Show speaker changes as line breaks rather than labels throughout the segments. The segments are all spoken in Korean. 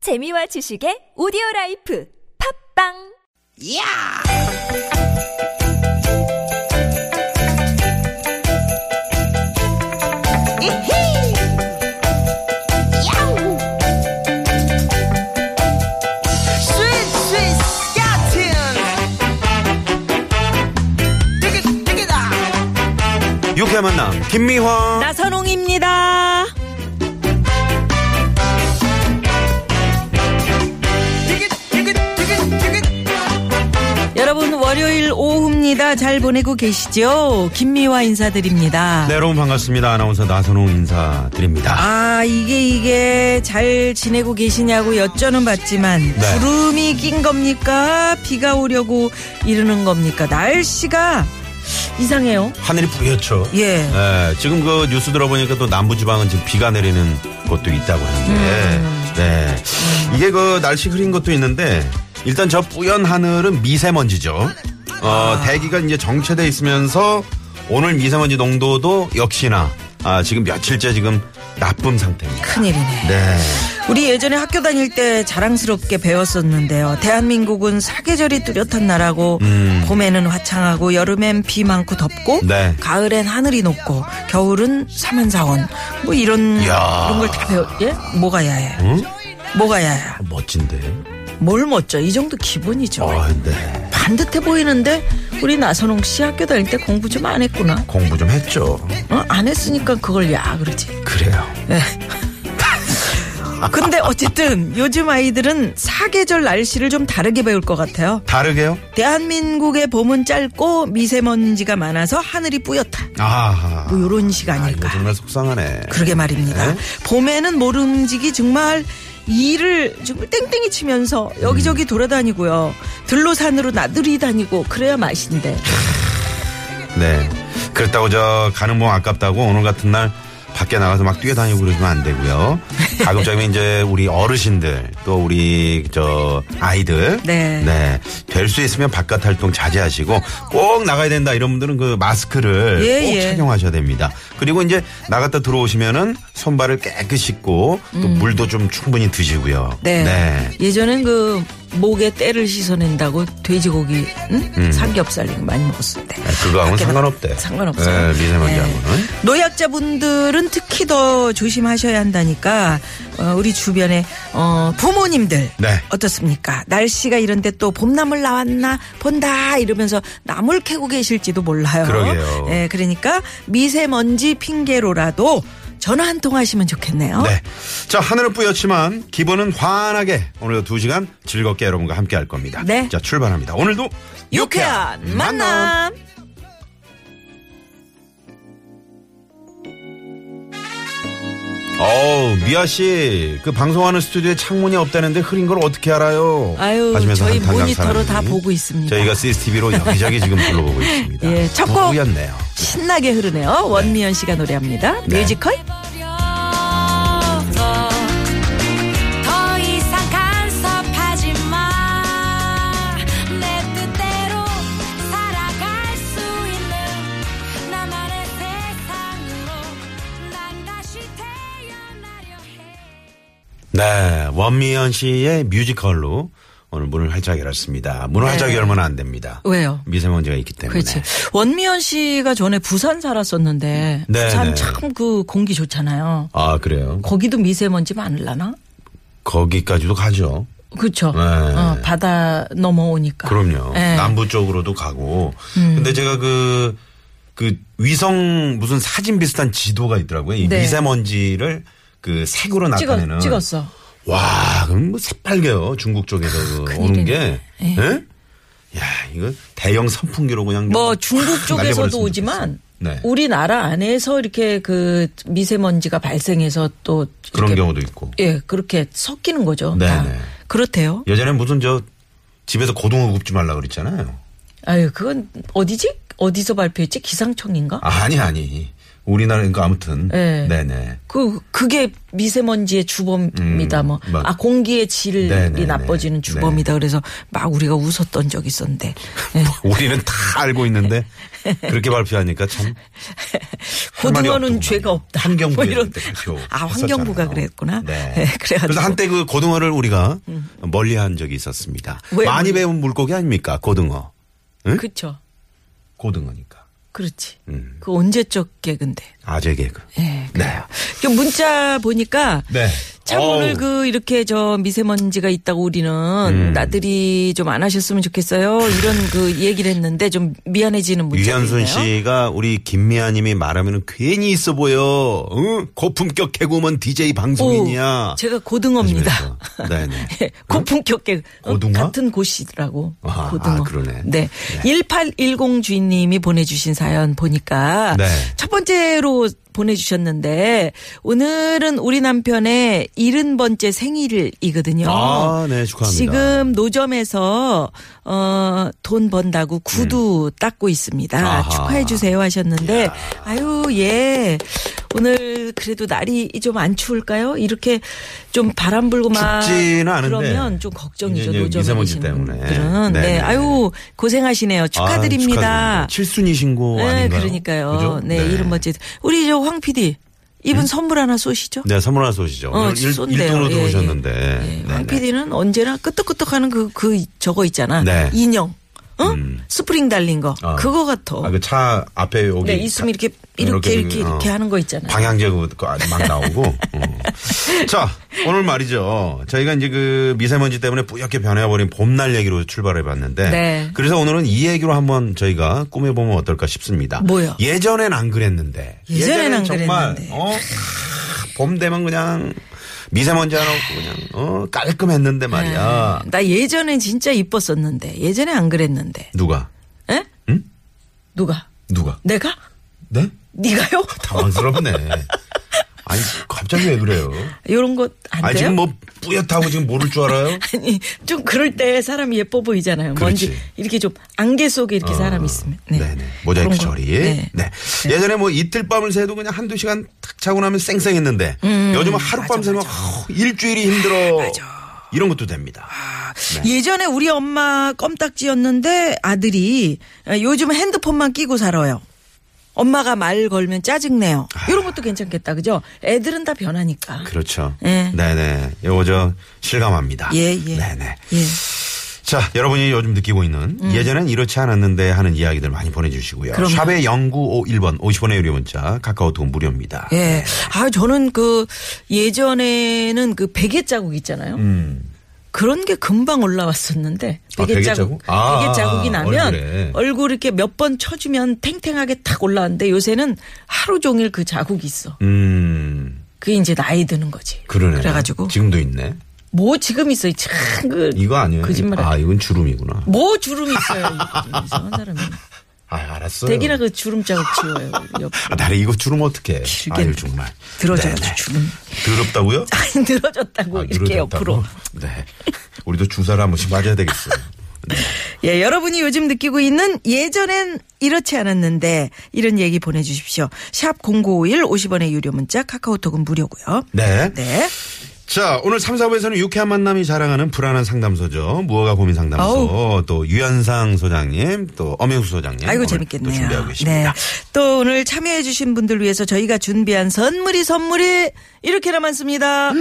재미와 지식의 오디오 라이프 팝빵
야! 이히! 야우! 스윗 스윗 야틴! 되게 되게다!
유쾌한 만남 김미화
나선홍입니다.
되게 되게 되게 되게
여러분 월요일 오후입니다. 잘 보내고 계시죠? 김미화 인사드립니다.
네 여러분 반갑습니다 아나운서 나선홍 인사드립니다
아 이게 이게 잘 지내고 계시냐고 여쭤는 봤지만
네.
구름이 낀 겁니까? 비가 오려고 이러는 겁니까? 날씨가 이상해요.
하늘이 뿌옇죠
예.
네, 지금 그 뉴스 들어보니까 또 남부지방은 지금 비가 내리는 곳도 있다고 하는데 네 이게 그 날씨 흐린 것도 있는데 일단 저 뿌연 하늘은 미세먼지죠 어 대기가 이제 정체돼 있으면서 오늘 미세먼지 농도도 역시나 아 지금 며칠째 지금 나쁨 상태입니다
큰일이네.
네
우리 예전에 학교 다닐 때 자랑스럽게 배웠었는데요. 대한민국은 사계절이 뚜렷한 나라고 봄에는 화창하고 여름엔 비 많고 덥고
음. 네.
가을엔 하늘이 높고 겨울은 사만사원 뭐 이런
이야.
이런 걸 다 배웠 예? 뭐가 야해? 뭐가 야해?
멋진데
뭘 멋져? 이 정도 기본이죠.
어네
반듯해 보이는데 우리 나선홍 씨 학교 다닐 때 공부 좀 안 했구나.
공부 좀 했죠
어? 안 했으니까 그걸 야 그러지.
그래요
네. 근데 어쨌든 요즘 아이들은 사계절 날씨를 좀 다르게 배울 것 같아요.
다르게요
대한민국의 봄은 짧고 미세먼지가 많아서 하늘이 뿌옇다.
아하.
뭐 요런 식 아닐까.
이거 정말 속상하네.
그러게 말입니다.
네?
봄에는 모름지기 정말 일을 정말 땡땡이 치면서 여기저기 돌아다니고요. 들로산으로 나들이 다니고 그래야 맛인데. 그
네. 그렇다고 저 가는 봉 아깝다고 오늘 같은 날 밖에 나가서 막 뛰어다니고 그러시면 안 되고요. 가급적이면 이제 우리 어르신들 또 우리 저 아이들
네.
될 수 있으면 바깥 활동 자제하시고 꼭 나가야 된다 이런 분들은 그 마스크를
예,
꼭
예.
착용하셔야 됩니다. 그리고 이제 나갔다 들어오시면은 손발을 깨끗이 씻고 또 물도 좀 충분히 드시고요.
음. 네. 예전엔 그 목에 때를 씻어낸다고 돼지고기, 응? 삼겹살 이런 거 많이 먹었을 때.
네, 그거하고는
밖에다-
상관없대.
상관없어요.
네, 미세먼지하고는.
노약자분들은 특히 더 조심하셔야 한다니까 어, 우리 주변에 어, 부모님들
네.
어떻습니까? 날씨가 이런데 또 봄나물 나왔나 본다 이러면서 나물 캐고 계실지도 몰라요.
그러게요.
예, 그러니까 미세먼지 핑계로라도 전화 한 통 하시면 좋겠네요.
네. 자, 하늘은 뿌옇지만 기본은 환하게 오늘도 두 시간 즐겁게 여러분과 함께 할 겁니다.
네.
자, 출발합니다. 오늘도
유쾌한 만남.
어우, 미아 씨. 그 방송하는 스튜디오에 창문이 없다는데 흐린 걸 어떻게 알아요?
아유,
하시면서
저희
한탄
모니터로
감사합니다.
다 보고 있습니다.
저희가 CCTV로 여기저기 지금 불러보고 있습니다.
예, 첫 곡.
뿌였네요.
신나게 흐르네요. 원미연 씨가 노래합니다.
네.
뮤지컬
더 이상 간섭하지 마. 내 뜻대로 살아갈 수 있는 나만의 세상으로 난 다시 태어나려 해.
네, 원미연 씨의 뮤지컬로 오늘 문을 활짝 열었습니다. 문을 활짝 열면 안 됩니다.
네. 왜요? 그렇죠.
미세먼지가 있기 때문에.
그렇지. 원미연 씨가 전에 부산 살았었는데
네, 네.
부산 참 그 공기 좋잖아요.
아, 그래요?
거기도 미세먼지 많을라나?
거기까지도 가죠.
그렇죠.
네.
어, 바다 넘어오니까.
그럼요.
네.
남부 쪽으로도 가고. 근데
음.
제가 그, 그 위성 무슨 사진 비슷한 지도가 있더라고요. 이
네.
미세먼지를 그 색으로
찍어,
나타내는.
찍었어. 뭐
와, 그럼 뭐 새빨개요. 중국 쪽에서 그 오는 게.
아, 예.
예? 야, 이거 대형 선풍기로 그냥.
뭐
좀
중국
날려버렸으면
쪽에서도
좋겠어요.
오지만
네.
우리나라 안에서 이렇게 그 미세먼지가 발생해서 또
그런
이렇게
경우도 있고.
예 그렇게 섞이는 거죠.
네,
다.
네.
그렇대요.
예전에 무슨 저 집에서 고등어 굽지 말라 그랬잖아요.
아유 그건 어디지? 어디서 발표했지? 기상청인가?
아, 아니, 아니. 우리나라 그러니까 아무튼
네.
네네
그 그게 미세먼지의 주범이다
음,
뭐.
맞-
아 공기의 질이
네네네.
나빠지는 주범이다. 그래서 막 우리가 웃었던 적이 있었는데. 예.
우리는 다 알고 있는데 그렇게 발표하니까 참 할 말이
고등어는
없더구만.
죄가 없다.
환경부에
뭐 이런.
그때 발표
아 환경부가
했었잖아요.
그랬구나.
네.
예, 그래가지고
그래서 한때 그 고등어를 우리가 멀리한 적이 있었습니다.
왜
많이
멀리-
배운 물고기 아닙니까 고등어? 응?
그쵸.
고등어니까
그렇지.
네? 음.
그 언제적 개근데.
아재 개그.
예.
네.
그 문자 보니까
네.
참
어우.
오늘 그 이렇게 저 미세먼지가 있다고 우리는
음.
나들이 좀 안 하셨으면 좋겠어요. 이런 그 얘기를 했는데 좀 미안해지는 문자.
유현순 씨가 우리 김미아님이 말하면 괜히 있어 보여. 응? 고품격 개그우먼 DJ 방송인이야.
제가 고등어입니다.
하시면서. 네네.
예, 고품격 개
고등어?
같은 곳이라고.
아,
고등어.
아, 그러네.
네. 1810 주인님이 보내주신 사연 보니까
네.
첫 번째로 보내주셨는데 오늘은 우리 남편의 70번째 생일이거든요.
아, 네, 축하합니다.
지금 노점에서 어, 돈 번다고 구두 닦고 있습니다.
음. 아하.
축하해 주세요 하셨는데 아유 예. 오늘 그래도 날이 좀 안 추울까요? 이렇게 좀 바람 불고 막
춥지는 않은데
그러면 좀
이제
걱정이죠.
이제
노점
미세먼지
계신
때문에.
분들은. 네.
네네.
아유 고생하시네요. 축하드립니다.
아, 칠순이신 거
네,
아닌가요?
그러니까요.
그죠?
네, 이런 멋지 우리 저 황 PD 이분 선물 하나 쏘시죠?
네, 선물 하나 쏘시죠.
어,
오늘 일,
쏜대요.
1등으로
예,
들어오셨는데.
예,
네,
황
네.
PD는 언제나 끄떡끄떡하는 그, 그 저거 있잖아.
네.
인형. 어? 스프링 달린 거.
어.
그거 같아.
아, 그 차 앞에 여기.
뭐. 네, 있으면 이렇게,
이렇게,
이렇게, 이렇게,
어.
이렇게 하는 거 있잖아요.
방향제 그거 아주 막 나오고. 어. 자, 오늘 말이죠. 저희가 이제 그 미세먼지 때문에 뿌옇게 변해버린 봄날 얘기로 출발해 봤는데.
네.
그래서 오늘은 이 얘기로 한번 저희가 꾸며보면 어떨까 싶습니다.
뭐요?
예전엔 안 그랬는데.
예전엔 안
정말,
그랬는데.
어? 봄 되면 그냥 미세먼지 하나 없고 그냥, 어? 깔끔했는데 말이야.
네. 나 예전에 진짜 이뻤었는데. 예전에 안 그랬는데.
누가?
에? 누가?
누가?
내가?
네?
네가요?
당황스럽네. 아니, 갑자기 왜 그래요?
이런 거 안 돼요?
아니, 지금 뭐 뿌옇다고 지금 모를 줄 알아요?
아니 좀 그럴 때 사람이 예뻐 보이잖아요.
그렇지. 아.
먼지 이렇게 좀 안개 속에 이렇게 사람이 있으면. 네.
네. 네 모자이크
그런 거.
처리.
네.
네. 예전에 뭐 이틀 밤을 새도 그냥 한두 시간 탁 자고 나면 쌩쌩했는데
음,
요즘은 하룻밤 새면 어, 일주일이 힘들어. 이런 것도 됩니다.
아,
네.
예전에 우리 엄마 껌딱지였는데 아들이 요즘 핸드폰만 끼고 살아요. 엄마가 말 걸면 짜증내요. 이런 것도 괜찮겠다. 그죠? 애들은 다 변하니까.
아. 그렇죠.
네.
네네. 요거 저 실감합니다.
예, 예.
네네.
예.
자, 여러분이 요즘 느끼고 있는 예전엔 이렇지 않았는데 하는 이야기들 많이 보내주시고요.
음. 그럼요.
샵의 0951번 50원의 유료 문자 카카오톡 무료입니다.
예. 아, 저는 그 예전에는 그 베개 자국 있잖아요.
음.
그런 게 금방 올라왔었는데
아,
베개
베개
자국
자국? 아,
베개 자국이
아,
나면
얼굴에.
얼굴 이렇게 몇 번 쳐주면 탱탱하게 탁 올라왔는데 요새는 하루 종일 그 자국이 있어.
음.
그게 이제 나이 드는 거지.
그러네.
래가지고
지금도 있네.
뭐 지금 있어 참그
이거 아니에요.
거짓말.
아, 이건 주름이구나.
뭐 주름 있어요. 이거 좀 이상한 사람이.
아, 알았어요.
대기나 그 주름 자국 지워요. 옆
아, 나를 이거 주름 어떻게?
길게
아유 정말.
늘어져요,
네네.
주름.
더럽다고요?
아니 늘어졌다고
아,
이렇게
늘어졌다고?
옆으로.
네. 우리도 주사를 한 번씩 맞아야 되겠어요.
예, 여러분이 요즘 느끼고 있는 예전엔 이렇지 않았는데 이런 얘기 보내주십시오. 샵 0951 50원의 유료 문자 카카오톡은 무료고요.
네.
네.
자, 오늘 3, 4부에서는 유쾌한 만남이 자랑하는 불안한 상담소죠. 무허가 고민 상담소. 또 유현상 소장님, 또 엄영수 소장님.
아이고
예, 오늘
재밌겠네요.
또 준비하고 계십니다.
네. 또 오늘 참여해 주신 분들 위해서 저희가 준비한 선물이 선물이 이렇게나 많습니다.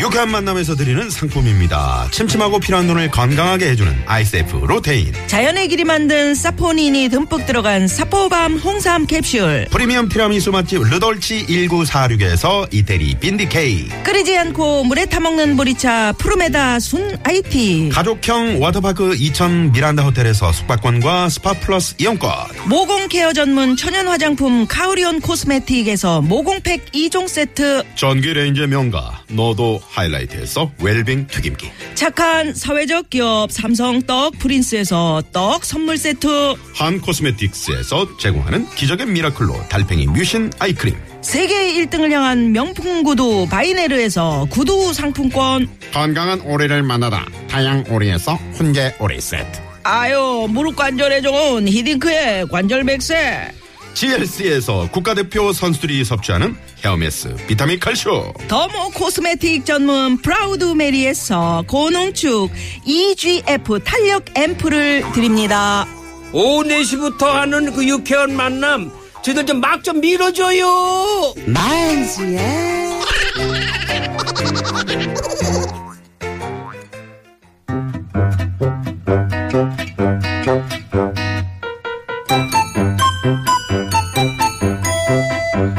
유쾌한 만남에서 드리는 상품입니다. 침침하고 필요한 눈을 건강하게 해주는 아이세프 로테인.
자연의 길이 만든 사포닌이 듬뿍 들어간 사포밤 홍삼 캡슐.
프리미엄 티라미수 맛집 르돌치 1946에서 이태리 빈디케이.
끓이지 않고 물에 타먹는 보리차 푸르메다 순 아이티.
가족형 워터파크 2000 미란다 호텔에서 숙박권과 스파 플러스 이용권.
모공 케어 전문 천연 화장품 카오리온 코스메틱에서 모공팩 2종 세트
전기 레인지 명가 너도 하이라이트에서 웰빙 튀김기.
착한 사회적 기업 삼성 떡 프린스에서 떡 선물 세트
한 코스메틱스에서 제공하는 기적의 미라클로 달팽이 뮤신 아이크림.
세계 1등을 향한 명품 구두 바이네르에서 구두 상품권
건강한 오리를 만나다 다양 오리에서 훈계 오리 세트
아유 무릎 관절에 좋은 히딩크의 관절 백세
GLC에서 국가대표 선수들이 섭취하는 헤어메스 비타민 칼쇼
더모 뭐 코스메틱 전문 프라우드 메리에서 고농축 EGF 탄력 앰플을 드립니다.
오후 4시부터 하는 그 유쾌한 만남 저희들 좀 막 좀 밀어줘요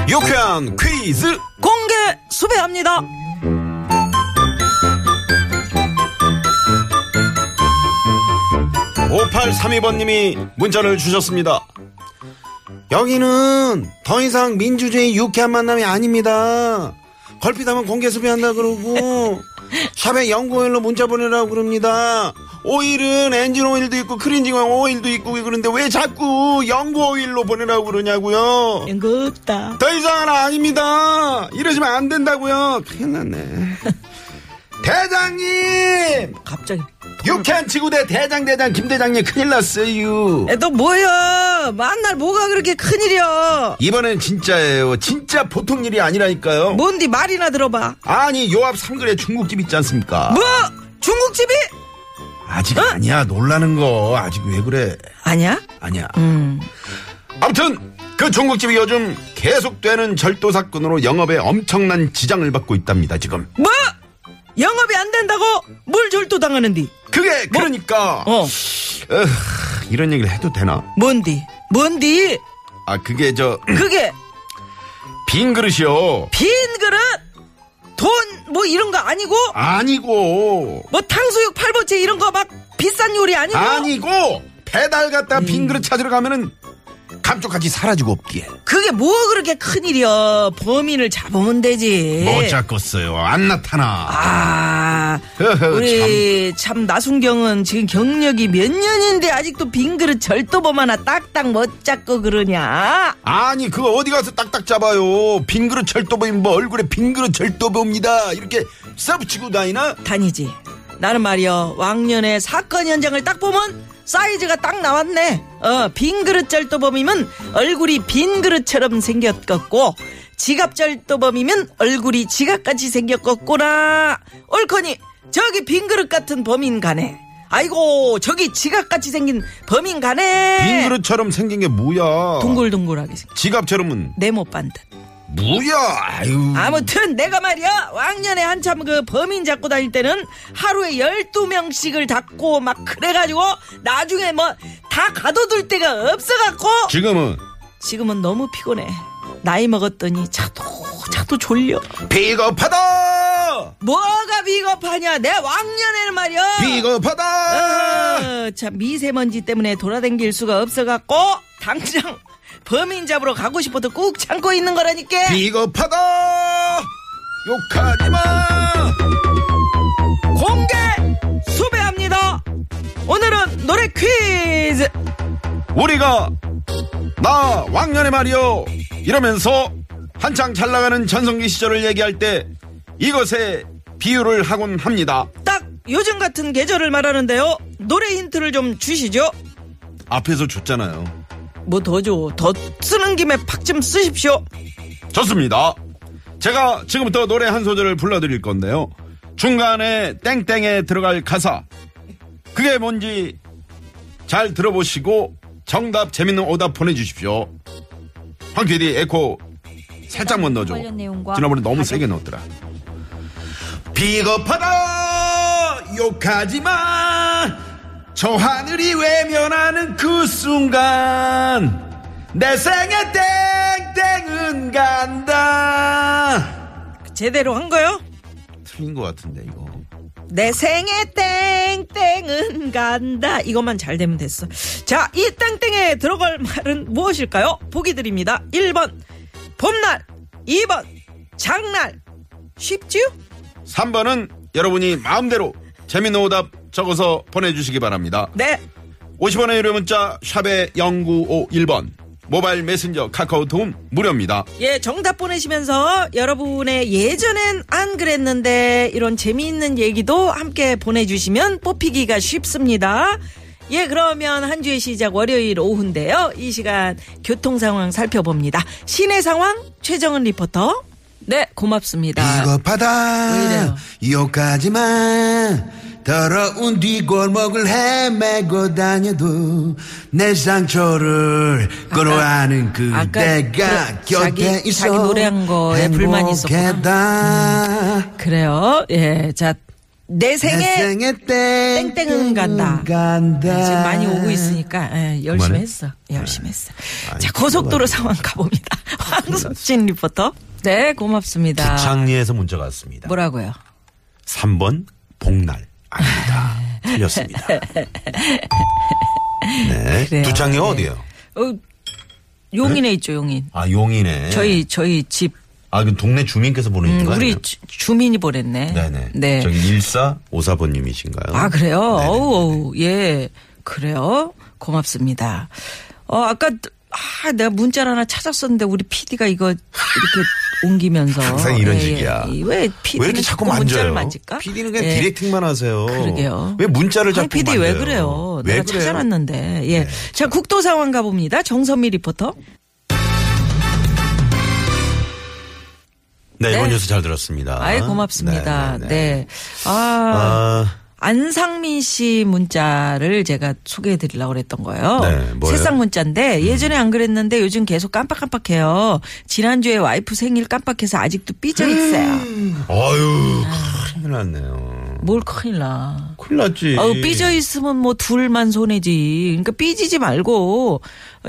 유쾌한 퀴즈
공개 수배합니다.
오팔삼이번님이 문자를 주셨습니다. 여기는 더 이상 민주주의 유쾌한 만남이 아닙니다. 걸핏하면 공개 수배한다 그러고 샵에 연구오일로 문자 보내라고 그럽니다. 오일은 엔진 오일도 있고 크린징 오일도 있고 그런데 왜 자꾸 연구오일로 보내라고 그러냐고요.
연극다.
더 이상은 아닙니다. 이러시면 안 된다고요. 큰일 났네. 대장님!
갑자기.
유쾌한 지구대 대장 대장 김 대장님 큰일 났어요.
야, 너 뭐야? 만날 뭐가 그렇게 큰일이야?
이번엔 진짜예요. 진짜 보통 일이 아니라니까요.
뭔디 말이나 들어봐.
아니 요 앞 삼거리에 중국집 있지 않습니까?
뭐? 중국집이?
아직 아니야 놀라는 거 아직 왜 그래?
아니야?
아니야. 아무튼 그 중국집이 요즘 계속되는 절도 사건으로 영업에 엄청난 지장을 받고 있답니다. 지금
뭐? 영업이 안 된다고 뭘 절도당하는디?
그게 그러니까
어,
어휴, 이런 얘기를 해도 되나?
뭔디? 뭔디?
아 그게 저 빈
그게
그릇이요.
빈 그릇? 돈 뭐 이런 거 아니고?
아니고
뭐 탕수육 팔보채 이런 거 막 비싼 요리 아니고?
아니고 배달 갔다 빈 그릇 찾으러 가면은 감쪽같이 사라지고 없기에.
그게 뭐 그렇게 큰일이야 범인을 잡으면 되지
못 잡겠어요. 안 나타나.
아
허허,
우리 참 나순경은 지금 경력이 몇 년인데 아직도 빈 그릇 절도범 하나 딱딱 못 잡고 그러냐
아니 그거 어디 가서 딱딱 잡아요. 빈 그릇 절도범이 뭐 얼굴에 빈 그릇 절도범입니다. 이렇게 써붙이고 다니나?
다니지 나는 말이야 왕년에 사건 현장을 딱 보면 사이즈가 딱 나왔네 어빈 그릇 절도범이면 얼굴이 빈 그릇처럼 생겼겠고 지갑 절도범이면 얼굴이 지갑같이 생겼겠구나 옳거니 저기 빈 그릇 같은 범인 가네 아이고 저기 지갑같이 생긴 범인 가네
빈 그릇처럼 생긴 게 뭐야?
동글동글하게 생긴
지갑처럼은
내못 반듯
뭐야? 아유.
아무튼 내가 말이야 왕년에 한참 그 범인 잡고 다닐 때는 하루에 12명씩을 잡고 막 그래가지고 나중에 뭐 다 가둬둘 데가 없어갖고
지금은
지금은 너무 피곤해 나이 먹었더니 차도 차도 졸려
비겁하다.
뭐가 비겁하냐 내 왕년에는 말이야
비겁하다.
어, 참 미세먼지 때문에 돌아댕길 수가 없어갖고 당장 범인 잡으러 가고 싶어도 꾹 참고 있는 거라니까
비겁하다. 욕하지 마.
공개 수배합니다. 오늘은 노래 퀴즈.
우리가 나 왕년에 말이요 이러면서 한창 잘 나가는 전성기 시절을 얘기할 때 이것에 비유를 하곤 합니다.
딱 요즘 같은 계절을 말하는데요. 노래 힌트를 좀 주시죠.
앞에서 줬잖아요.
뭐 더 줘. 더 쓰는 김에 팍 좀 쓰십시오.
좋습니다. 제가 지금부터 노래 한 소절을 불러드릴 건데요. 중간에 땡땡에 들어갈 가사 그게 뭔지 잘 들어보시고 정답 재밌는 오답 보내주십시오. 황 PD 에코 살짝만 넣어줘.
관련 내용과
지난번에 너무 세게 넣었더라. 비겁하다 욕하지 마. 저 하늘이 외면하는 그 순간 내 생에 땡땡은 간다.
제대로 한 거요?
틀린 것 같은데 이거.
내 생에 땡땡은 간다. 이것만 잘 되면 됐어. 자, 이 땡땡에 들어갈 말은 무엇일까요? 보기 드립니다. 1번 봄날, 2번 장날. 쉽지요?
3번은 여러분이 마음대로 재미있는 오답 적어서 보내주시기 바랍니다.
네.
50원의 유료 문자 샵에 0951번 모바일 메신저 카카오톡 무료입니다.
예, 정답 보내시면서 여러분의 예전엔 안 그랬는데 이런 재미있는 얘기도 함께 보내주시면 뽑히기가 쉽습니다. 예, 그러면 한 주의 시작 월요일 오후인데요. 이 시간 교통 상황 살펴봅니다. 시내 상황 최정은 리포터. 네, 고맙습니다.
이거 받아.
왜 이래요?
이거까지만 더러운 뒷골목을 헤매고 다녀도 내 상처를 끌어안은
아까
그대가
그 자기-
곁에
자기
있어
노래한 거에 불만이 있었구나. 음.
행복하다.
그래요. 예, 자, 내 생에
내 생에 땡
땡땡은 간다.
간다.
지금 많이 오고 있으니까 예, 열심히
그만해. 네.
했어. 열심히 했어.
아이,
자, 고속도로
그만해.
상황 가봅니다. 황수진 리포터. 네, 고맙습니다.
창리에서 문자가 왔습니다.
뭐라고요?
3번 복날 아닙니다. 틀렸습니다. 네.
그래요.
두창리
네.
어디예요?
어, 용인에 있죠, 용인.
아 용인에.
저희 저희 집
아 그 동네 주민께서 보내주신
음,
거
우리
아니에요?
주- 주민이 보냈네.
네네.
네.
저기 1454번님이신가요?
아 그래요?
네네.
어우, 어우 예 그래요? 고맙습니다. 어 아까 아 내가 문자를 하나 찾았었는데 우리 PD가 이거 이렇게 옮기면서
항상 이런 식이야.
예. 왜 PD
왜 이렇게 자꾸 만져요?
문자를 만질까?
PD는 그냥
예.
디렉팅만 하세요.
그러게요.
왜 문자를 자꾸
아니, PD
만져요?
왜 그래요?
왜
내가
그래요?
찾아놨는데 예. 자 국도 상황 가봅니다. 정선미 리포터.
네, 이번
네.
뉴스 잘 들었습니다.
아이 고맙습니다.
네,
네.
네, 네.
아
아,
안상민 씨 문자를 제가 소개해 드리려고 그랬던 거예요.
네, 뭐예요? 음.
새싹 문자인데 예전에 안 그랬는데 요즘 계속 깜빡깜빡해요. 지난주에 와이프 생일 깜빡해서 아직도
음.
삐져 있어요.
아유, 큰일 났네요.
뭘 큰일 나.
큰일 났지.
어우, 삐져 있으면 뭐 둘만 손해지. 그러니까 삐지지 말고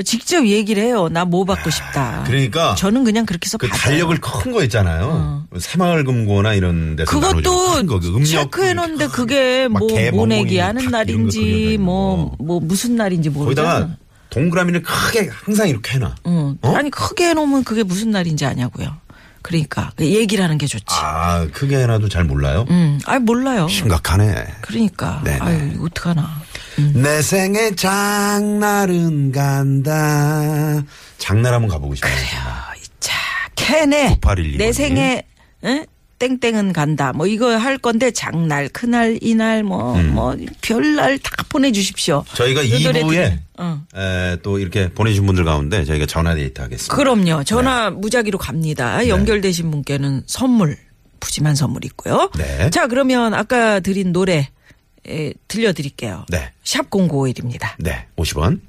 직접 얘기를 해요. 나 뭐 받고 싶다.
그러니까
저는 그냥 그렇게 해서
그
받아요.
달력을 큰 거 있잖아요.
어.
새마을금고나 이런 데서 나눠주는 큰 거, 그
그것도
음력
체크해놓는데 그게
막
뭐
개 멍멍이
모내기 하는
탁 이런 거
날인지
그려져
뭐
있는
뭐
거.
무슨 날인지 모르잖아.
거기다가 동그라미를 크게 항상 이렇게 해놔.
응.
어?
아니 크게 해놓으면 그게 무슨 날인지 아냐고요. 그러니까 그 얘기를 하는 게 좋지.
아, 크게 해놔도 잘 몰라요?
음, 아 몰라요.
심각하네.
그러니까
네네.
아유 이거 어떡하나.
내 생에 장날은 간다. 장날 한번 가보고 싶어요. 정말.
자, 캔에
9812
내
번님.
생에 응? 땡땡은 간다. 뭐 이거 할 건데 장날, 그날, 이날 뭐 뭐 별날 다 보내주십시오.
음. 저희가
이그 노래
2부에
듣- 어. 응.
또 이렇게 보내주신 분들 가운데 저희가 전화 데이트 하겠습니다.
그럼요.
네.
전화 무작위로 갑니다. 연결되신 분께는 선물, 푸짐한 선물 있고요.
네.
자, 그러면 아까 드린 노래 에, 들려드릴게요.
네.
샵 0951입니다.
네, 50원.